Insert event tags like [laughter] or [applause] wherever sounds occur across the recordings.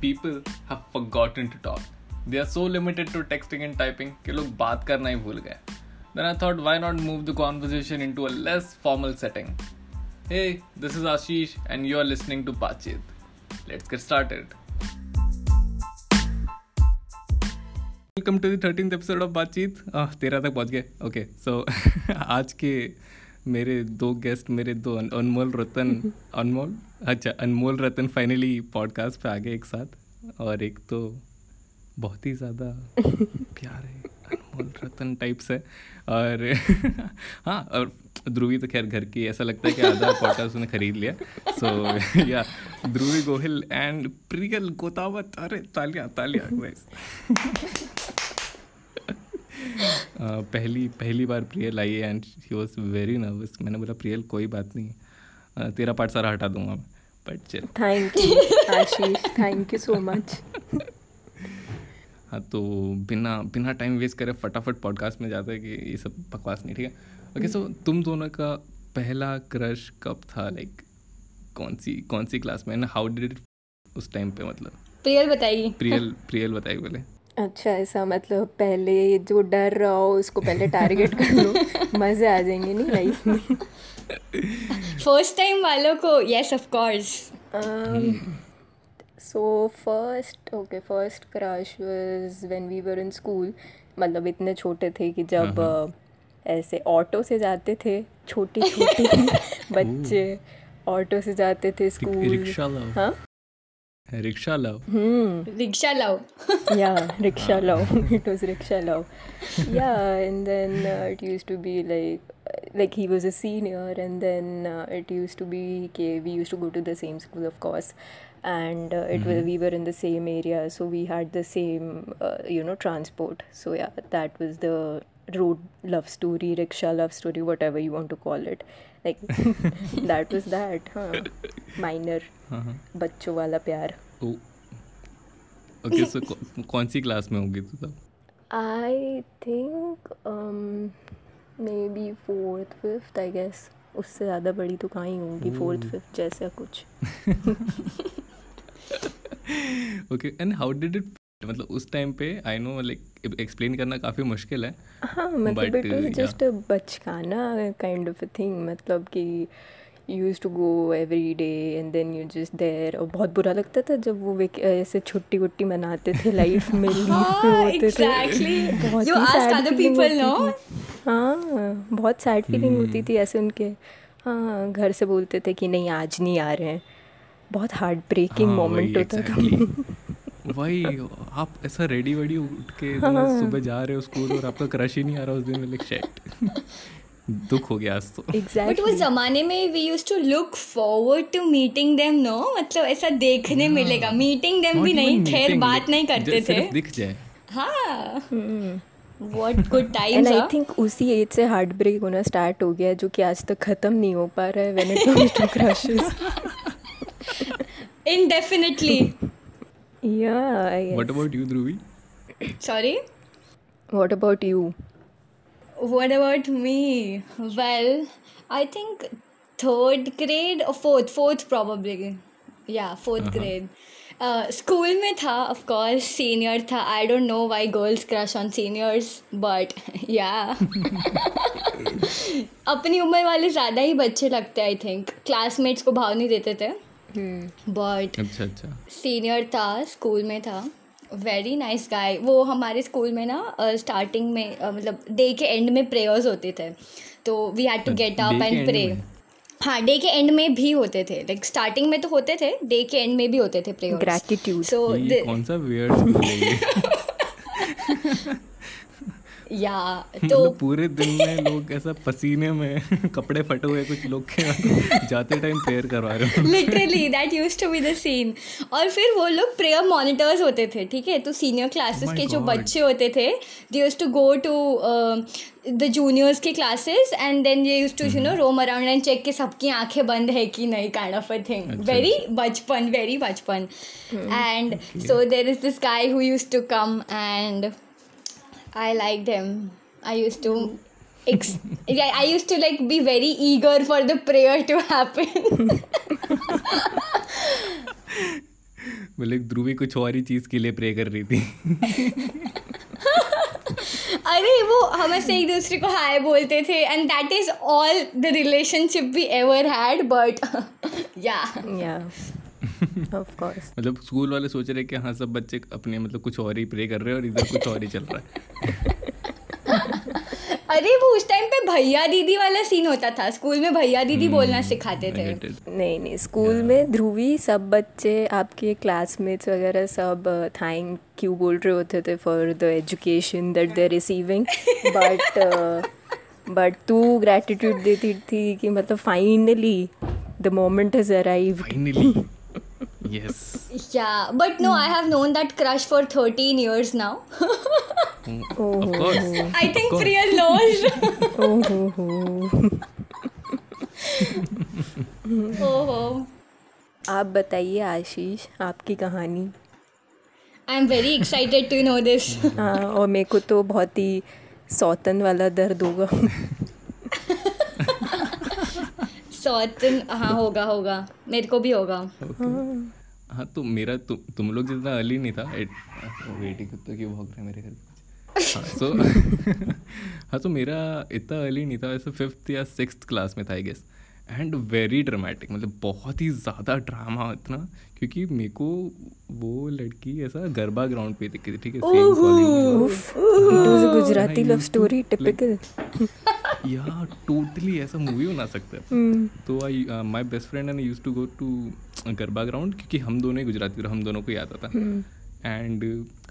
people have forgotten to talk. They are so limited to texting and typing कि लोग बात करना ही भूल गए Then I thought, why not move the conversation into a less formal setting? Hey, this is Ashish, and you are listening to Bachit. Let's get started. Welcome to thirteen episode of बातचीत तेरह तक पहुंच गए okay सो [laughs] आज के मेरे दो guest मेरे दो अन- अनमोल रतन अनमोल अच्छा अनमोल रतन फाइनली पॉडकास्ट पे आ गए एक साथ और एक तो बहुत ही ज़्यादा प्यारे [laughs] अनमोल रतन टाइप्स है और [laughs] हाँ और ध्रुवी तो खैर घर की है, ऐसा लगता है कि आधा पॉडकास्ट उसने खरीद लिया सो [laughs] या ध्रुवी गोहिल एंड प्रियल गोतावत अरे तालियां तालियां guys. अ, Ah, पहली पहली बार प्रियल आई and he was very nervous मैंने बोला प्रियल कोई बात नहीं अ, तेरा पार्ट सारा हटा दूंगा बट चल thank you Ashish thank you so much हाँ तो बिना बिना टाइम वेस्ट करे फटाफट पॉडकास्ट में जाता है कि ये सब बकवास नहीं ठीक है ओके सो तुम दोनों का पहला क्रश कब था लाइक कौन सी कौन सी क्लास में हाउ डिड उस टाइम पे मतलब प्रियल तो बताइए प्रियल [laughs] प्रियल बताइए बोले अच्छा ऐसा मतलब पहले जो डर रहा हो उसको पहले टारगेट कर लो मज़े आ जाएंगे नहीं लाइफ में फर्स्ट टाइम वालों को yes of course so first okay first crush was when we were in school मतलब इतने छोटे थे कि जब अ, ऐसे ऑटो से जाते थे छोटे छोटे बच्चे ऑटो से जाते थे स्कूल रिक्शा लव हाँ रिक्शा लव रिक्शा लाओ [laughs] yeah rickshaw love [laughs] it was rickshaw love yeah and then uh, it used to be like like he was a senior and then uh, it used to be okay, we used to go to the same school of course and uh, it was, we were in the same area so we had the same uh, you know transport so yeah that was the road love story rickshaw love story whatever you want to call it like [laughs] that was that huh minor बच्चों वाला प्यार okay so कौन सी class में होगी तू तब I think um, maybe fourth, fifth, I guess. उससे ज़्यादा बड़ी तो कहाँ ही होंगी फोर्थ फिफ्थ जैसा कुछ okay and how did it मतलब उस टाइम पे आई नो लाइक एक्सप्लेन करना काफ़ी मुश्किल है हाँ मतलब But, it was uh, just a बचकाना काइंड ऑफ अ थिंग मतलब कि you use to go every day and then you just there और बहुत बुरा लगता था जब वो वेक- ऐसे छुट्टी वुट्टी मनाते थे लाइफ [laughs] में लीव हाँ, पे होते थे एग्जैक्टली बहुत यू ही आस्क sad अदर feeling होती पीपल नो थी। हाँ बहुत सैड फीलिंग होती Hmm. थी ऐसे उनके हाँ घर से बोलते थे कि नहीं आज नहीं आ रहे हैं बहुत हार्ट ब्रेकिंग हाँ, मोमेंट वही, होता था exactly. [laughs] वही आप ऐसा रेडी वेडी उठ के इतना हाँ। सुबह जा रहे हो स्कूल और आपका क्रश ही नहीं आ रहा उस दिन में लाइक शेट [laughs] दुख हो गया आज तो बट वो एग्जैक्टली जमाने में we use to look forward to meeting them no मतलब ऐसा देखने मिलेगा मीटिंग देम Not भी even नहीं खैर meeting, बात like, नहीं करते जस्ट थे सिर्फ दिख जाए हाँ what good and I times think उसी एज से हार्ट ब्रेक होना स्टार्ट हो गया है, जो कि आज तक खत्म नहीं हो पा रहा है when [laughs] it comes to crushes indefinitely yeah I what about you Dhruvi sorry what about you What about me? Well, I think third grade or fourth, fourth probably. Yeah, 4th grade. Uh, school में था of course senior था I don't know why girls crush on seniors but [laughs] yeah अपनी उम्र वाले ज़्यादा ही बच्चे लगते I think classmates को भाव नहीं देते थे बट अच्छा अच्छा सीनियर था स्कूल में था वेरी नाइस गाय वो हमारे स्कूल में ना स्टार्टिंग में अ, मतलब डे के एंड में प्रेयर्स होते थे तो वी हैड टू गेट अच्छा, Day अप के एंड end प्रे में? हाँ डे के एंड में भी होते थे लाइक स्टार्टिंग में तो होते थे डे के एंड में भी होते थे प्रेयर्स ग्रैटिट्यूड सो ये कौन सा वियर्ड स्कूल है ये [laughs] या [laughs] [laughs] तो मतलब पूरे दिन में लोग ऐसा पसीने में [laughs] कपड़े फटे हुए कुछ लोग के [laughs] जाते टाइम प्रेयर करवा रहे हो [laughs] literally that use to be the scene और फिर वो लोग प्रेयर मॉनिटर्स होते थे ठीक है तो सीनियर क्लासेस Oh My के जो God. बच्चे होते थे they use to go to the juniors uh, के classes and then they use to you Mm-hmm. No roam around and check कि सबकी आंखें बंद है कि नहीं काइंड ऑफ अ थिंग अच्छा, वेरी बचपन वेरी बचपन and so there is this guy who use to come and I liked him. I used to. Mm. Ex- [laughs] yeah, I used to like be very eager for [laughs] the prayer to happen. बोले ध्रुवी मतलब कुछ और ही चीज़ के लिए pray कर रही थी अरे वो हम ऐसे एक दूसरे को हाय बोलते थे and that is all the relationship we ever had but [laughs] yeah yeah of course मतलब स्कूल वाले सोच रहे कि हाँ सब बच्चे अपने मतलब कुछ और ही प्रे कर रहे हैं और इधर कुछ और ही चल रहा है अरे वो उस टाइम पे भैया दीदी वाला सीन होता था स्कूल में भैया दीदी बोलना सिखाते थे I get it. नहीं नहीं स्कूल में ध्रुवी सब बच्चे आपके क्लासमेट्स वगैरह सब थैंक यू बोल रहे होते थे for the education that they receiving but but uh, तू ग्रैटिट्यूड देती थी कि मतलब finally the moment has [laughs] arrived finally yes yeah but no I have known that crush for thirteen years now of course I think Priya knows ओहो हो ओहो आप बताइए आशीष आपकी कहानी I am very excited to know [laughs] this हाँ और मेरे को तो बहुत ही सौतन वाला दर्द होगा सौतन हाँ होगा होगा मेरे को भी होगा हाँ तो मेरा तु, तुम लोग जितना अर्ली नहीं था हाँ, वेटिंग कुत्ता क्यों भाग रहा है मेरे घर के हाँ सो [laughs] हाँ तो मेरा इतना अर्ली नहीं था वैसे फिफ्थ या सिक्स क्लास में था I guess and very dramatic मतलब बहुत ही ज़्यादा ड्रामा इतना क्योंकि मेरे को वो लड़की ऐसा गरबा ग्राउंड पे दिखी थी ठीक है सेम कॉलेज उफ, it was a तो गुजराती लव स्टोरी टिपिकल या टोटली ऐसा मूवी बना सकता है तो I my best friend and use to go to garba ground uh, क्योंकि हम दोनों ही गुजराती थे हम दोनों को ही आता uh, था and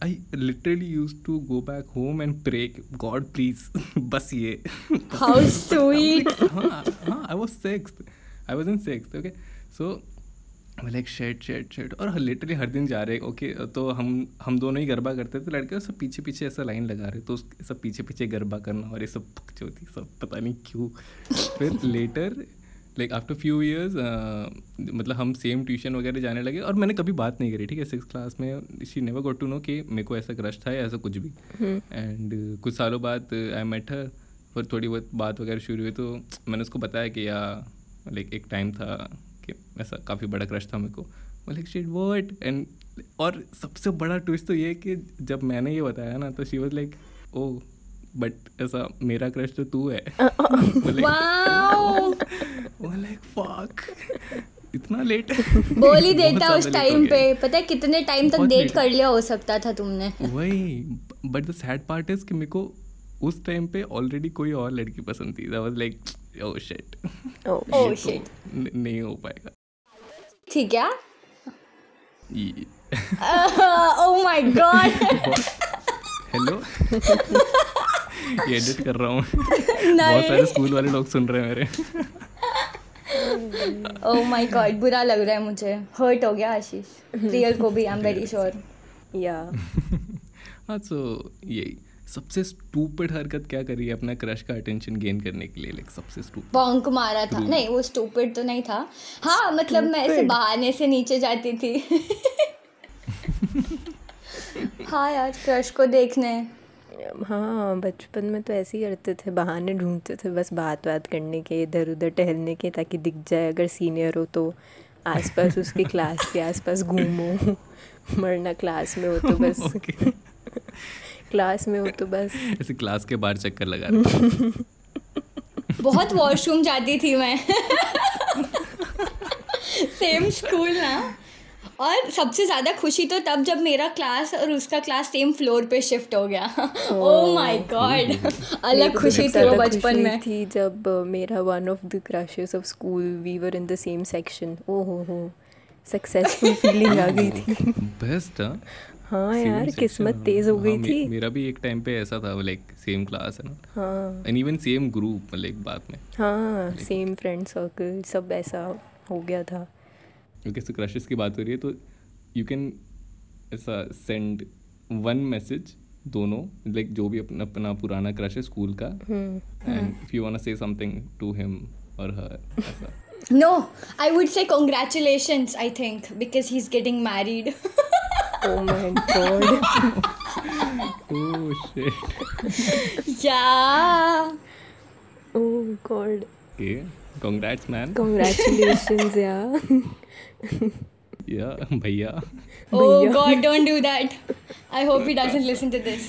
I literally use to go back home and pray God please [laughs] बस ये हाउ स्वीट [laughs] हाँ हाँ I was six I was in six okay so like shirt shirt shirt और लिटरली हर दिन जा रहे ओके तो हम हम दोनों ही गरबा करते थे लड़के और सब पीछे पीछे ऐसा लाइन लगा रहे तो उस- सब पीछे पीछे गरबा करना और ये सब पकचोती सब पता नहीं क्यों फिर later like after few years मतलब हम सेम ट्यूशन वगैरह जाने लगे और मैंने कभी बात नहीं करी ठीक है सिक्स क्लास में she never got to know कि मेरे को ऐसा क्रश था या ऐसा कुछ भी एंड कुछ सालों बाद आई मेट हर फिर थोड़ी बहुत बात वगैरह शुरू हुई तो मैंने उसको बताया कि या लाइक एक टाइम था कि ऐसा काफ़ी बड़ा क्रश था मेरे को लाइक शीट वर्ट एंड और सबसे बड़ा ट्विस्ट तो ये है कि जब मैंने ये बताया ना तो she was like oh but ऐसा मेरा क्रश तो [laughs] तू है वाओ लाइक फक इतना लेट बोल [laughs] ही बहुत देता ज्यादा उस late हो टाइम गया। पे पता है कितने टाइम तक बहुत डेट late। कर लिया हो सकता था तुमने वही but the sad part is कि मेरे को उस टाइम पे ऑलरेडी कोई और लड़की पसंद थी was like oh shit oh oh shit तो नहीं हो पाएगा ठीक [laughs] क्या ये- [laughs] ओह माय गॉड हेलो [laughs] ये एडिट कर रहा हूँ बहुत नहीं [laughs] सारे स्कूल वाले लोग सुन रहे हैं मेरे ओह माय गॉड Oh बुरा लग रहा है मुझे हर्ट हो गया आशीष रियल को भी I am very sure yeah हाँ तो यही सबसे स्टूपिड हरकत क्या करी है अपना क्रश का अटेंशन गेन करने के लिए लाइक सबसे स्टूपिड बॉन्क मारा था नहीं वो स्टूपिड तो नहीं था हाँ मतलब मैं ऐसे बहाने से नीचे जाती [laughs] थी [laughs] हाँ यार क्रश को देखने हाँ बचपन में तो ऐसे ही करते थे बहाने ढूंढते थे बस बात बात करने के इधर उधर टहलने के ताकि दिख जाए अगर सीनियर हो तो आसपास उसकी क्लास के आसपास घूमो [laughs] वरना क्लास में हो [laughs] तो बस ओके क्लास में हो तो बस ऐसे क्लास के बाहर चक्कर लगा रहे थे। बहुत वॉशरूम जाती थी मैं सेम स्कूल ना और सबसे ज़्यादा खुशी तो तब जब मेरा क्लास और उसका क्लास सेम फ्लोर पे शिफ्ट हो गया Oh. Oh my God Hmm. अलग खुशी थी वो ज़्यादा बचपन तो खुशी में थी जब अ, मेरा one of the crushes of school we were in the same section ओ हो हो [laughs] सक्सेसफुल फीलिंग आ गई थी बेस्ट हाँ हाँ Same यार section, किस्मत हाँ। तेज हो हाँ, गई मे- थी मेरा भी एक टाइम पे ऐसा था लाइक सेम क्लास है ना हाँ and even same group like बाद में हाँ सेम फ्रेंड सर्कल सब ऐसा हो गया था क्योंकि तो क्रशेस की बात हो रही है तो यू कैन ऐसा सेंड वन मैसेज दोनों लाइक जो भी अपना अपना पुराना क्रश है स्कूल का and if you want to say something to him और हर ऐसा no I would say congratulations I think because he is getting married [laughs] oh my [laughs] God oh shit yeah oh God okay congrats man congratulations यार या भैया Oh God, don't do that. I hope he doesn't listen to this.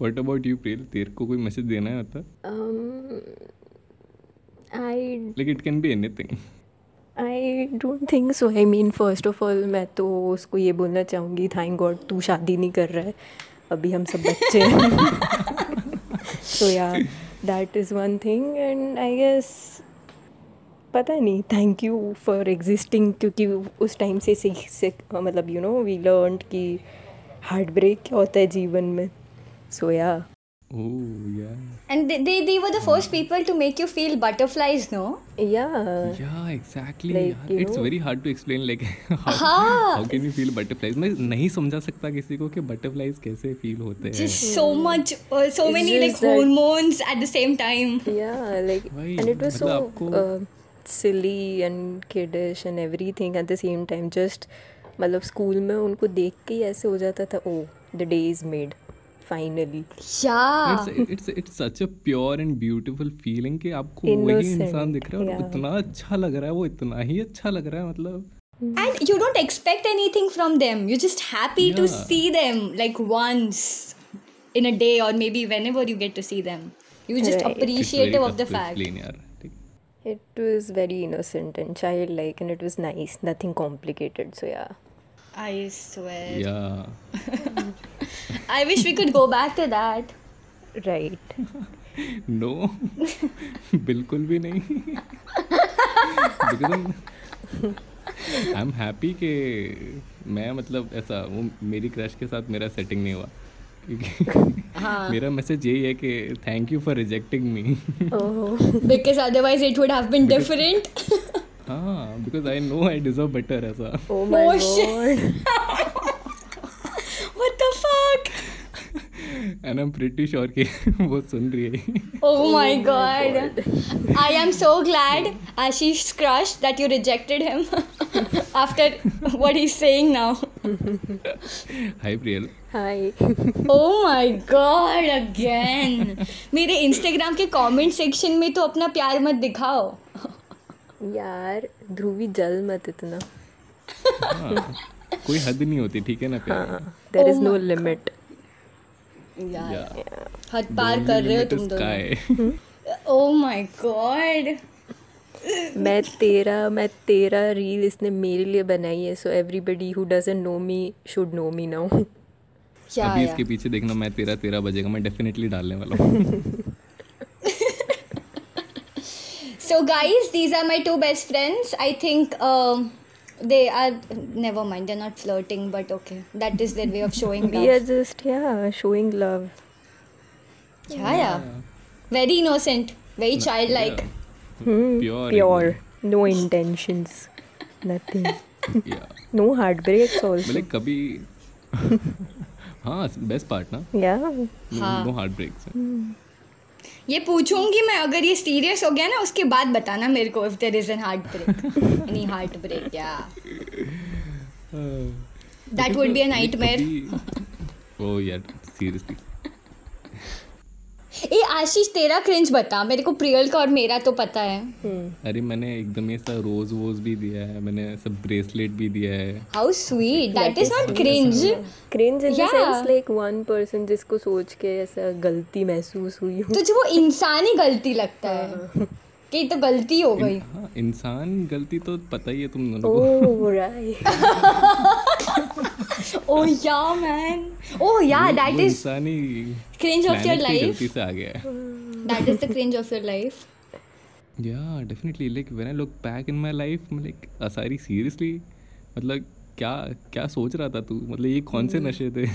What about you Priyal तेरे को कोई message देना है मतलब? आता [laughs] Um, I like it can be anything I don't think so I mean first of all मैं तो उसको ये बोलना चाहूँगी थैंक गॉड तू शादी नहीं कर रहा है अभी हम सब बच्चे हैं [laughs] so yeah that is one thing and I guess पता नहीं थैंक यू फॉर एग्जिस्टिंग क्योंकि उस टाइम से सीख से मतलब यू नो वी लर्न कि हार्ट ब्रेक क्या होता है जीवन में so yeah oh yeah and they, they, they were the first people to make you feel butterflies, no? Yeah Yeah, exactly. Like, यार you it's know- very hard to explain [laughs] like हाँ। How can you feel butterflies मैं नहीं समझा सकता किसी को कि butterflies कैसे फील होते हैं Just so much, uh, so It's many like just that- hormones at the same time. yeah like Why? and it मतलब was so आपको- uh, silly and kiddish and everything at the same time just मतलब school में उनको देख के ही ऐसे हो जाता था "Oh, oh the day is made finally Yeah. It's it's it's such a pure and beautiful feeling कि आपको वही Innocent, इंसान दिख रहा है और yeah. इतना अच्छा लग रहा है वो इतना ही अच्छा लग रहा है मतलब And you don't expect anything from them. You're just happy to Yeah. see them like once in a day or maybe whenever you get to see them. You're just Right. It's it's appreciative very of the tough to fact. explain यार ठीक it was very innocent and child like and it was nice nothing complicated so yeah I swear. Yeah I wish we could go back to that. Right no [laughs] बिल्कुल भी नहीं because I am happy कि मैं मतलब ऐसा वो मेरी crush के साथ मेरा सेटिंग नहीं हुआ क्योंकि हाँ। मेरा मैसेज यही है कि thank you for rejecting me oh Because otherwise it would have been different. [laughs] हाँ because I know I deserve better ऐसा oh my Oh, shit. God [laughs] what the fuck? And I am pretty sure कि वो सुन रही है Oh, my, god. I am so glad Ashish's crush that you rejected him [laughs] after what he's saying now. Hi Priyal hi [laughs] Oh my god again. मेरे Instagram के comment section में तो अपना प्यार मत दिखाओ. यार ध्रुवी जल मत इतना हाँ कोई हद नहीं होती ठीक है ना प्यार there Oh is no limit यार Yeah. हद पार कर रहे हो तुम दोनों. Oh my god. मैं तेरा मैं तेरा रील इसने मेरे लिए बनाई है so everybody who doesn't know me should know me [laughs] now Yeah, अभी yeah. इसके पीछे देखना मैं तेरा तेरा बजेगा मैं डेफिनेटली डालने वाला हूँ So, guys, these are my two best friends. I think um, they are. Never mind, they're not flirting, but okay. That is their way of [laughs] showing we are love. Just yeah showing love Yeah, yeah. Very innocent, very childlike. Pure pure no intentions nothing मतलब no heart breaks also कभी [laughs] हाँ best part ना yeah no heart breaks ये पूछूंगी मैं अगर ये serious हो गया ना उसके बाद बताना मेरे को if there is an heart [laughs] break any heart break या that would be a nightmare oh यार सीरियसली ए आशीष तेरा क्रिंज बता मेरे को प्रियल का और मेरा तो पता है अरे मैंने एकदम ये सा रोज वोज भी दिया है मैंने सब ब्रेसलेट भी दिया है how sweet that is not cringe cringe in the Yeah. Sense like one person जिसको सोच के ऐसा गलती महसूस हुई हो तुझे वो इंसानी गलती लगता है कि ये तो गलती हो गई हाँ इंसान गलती तो पता ही है तुम दोनों को oh right oh yeah man oh yeah that वो इज इंसान ही क्रिंज ऑफ योर planet की लाइफ गलती से आ गया है that is the cringe of your life yeah definitely like when I look back in my life like असारी सीरियसली "Ah, मतलब क्या क्या सोच रहा था तू मतलब ये कौन से नशे थे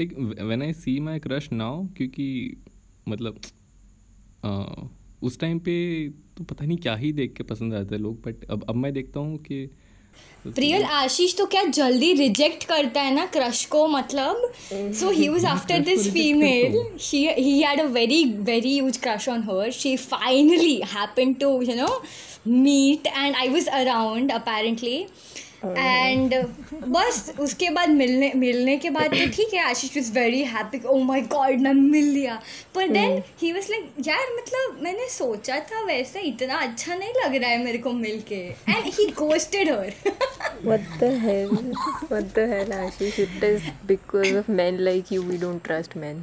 like when I see my crush now क्योंकि मतलब अ, उस टाइम पे तो पता नहीं क्या ही देख के पसंद आते हैं लोग बट अब अब मैं देखता हूँ कि प्रियल आशीष तो क्या जल्दी रिजेक्ट करता है ना क्रश को मतलब so he was after this female she he had a very very huge crush on her she finally happen to you know meet and I was around apparently and बस उसके बाद मिलने मिलने के बाद तो ठीक है Ashish was very happy oh my god Oh मैं मिल लिया पर देन ही वॉज लाइक यार मतलब मैंने सोचा था वैसे इतना अच्छा नहीं लग रहा है मेरे को मिल के and he ghosted [laughs] her [laughs] What the hell? What the hell, Ashish? It is because of men like you we don't trust men.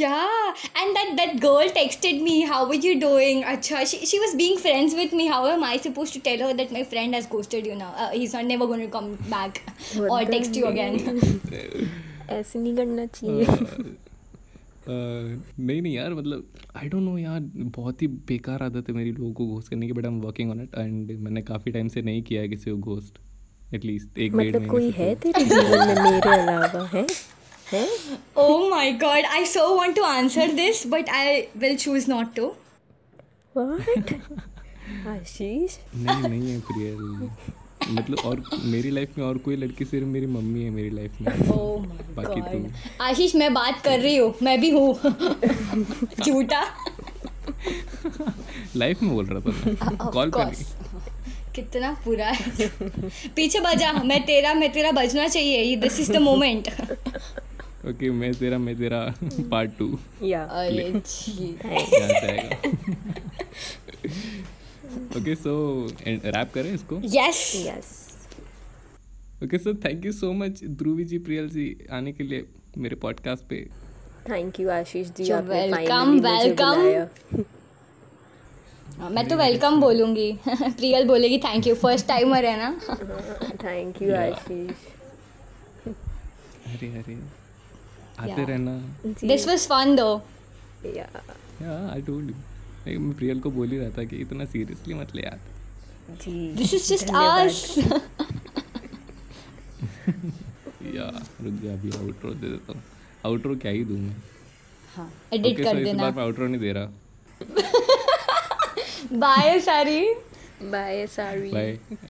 Yeah, and that that girl texted me, "How are you doing?" Acha, she she was being friends with me. How am I supposed to tell her that my friend has ghosted you now? Uh, he's not never going to come back What or the text you again. ऐसे नहीं करना [laughs] चाहिए Uh, नहीं नहीं यार मतलब I don't know यार बहुत ही बेकार आदत है मेरी लोगों को घोस्ट करने की but I am working on it and मैंने काफ़ी टाइम से नहीं किया है किसी को घोस्ट एटलीस्ट एक डेढ़ मतलब कोई महीने से है तेरे जीवन में मेरे अलावा है है [laughs] oh my god, I so want to answer this, but I will choose not to. [laughs] What Ashish नहीं नहीं है प्रियल मतलब और मेरी लाइफ में और कोई लड़की सिर्फ मेरी मम्मी है मेरी लाइफ में Oh my बाकी god. तुम आशीष मैं बात कर रही हूँ मैं भी हूँ [laughs] झूठा लाइफ में बोल रहा था मैं। Of कॉल पे course. कितना बुरा है पीछे बजा मैं तेरा मैं तेरा बजना चाहिए दिस इज द मोमेंट [laughs] नहीं ओके मैं तेरा मैं तेरा पार्ट टू या अरे जी [laughs] यहाँ से आएगा ओके सो रैप करें इसको yes yes okay so thank you so much Dhruvi ji Priyal ji आने के लिए मेरे पॉडकास्ट पे thank you Ashish ji You're आपने welcome, फाइनली मुझे welcome. बुलाया मैं तो वेलकम बोलूंगी [laughs] प्रियल बोलेगी थैंक यू फर्स्ट टाइमर है [laughs] ना थैंक यू Yeah. आशीष अरे अरे आते Yeah. रहना this was fun though yeah I told you मैं प्रियल को बोल ही रहा था कि इतना सीरियसली मत ले यार जी दिस इज जस्ट धन्यवाद। अस या रुक जा अभी आउटरो दे देता हूँ आउटरो क्या ही दूँ मैं एडिट Okay, so कर इस देना बार मैं आउटरो नहीं दे रहा bye sorry bye sorry bye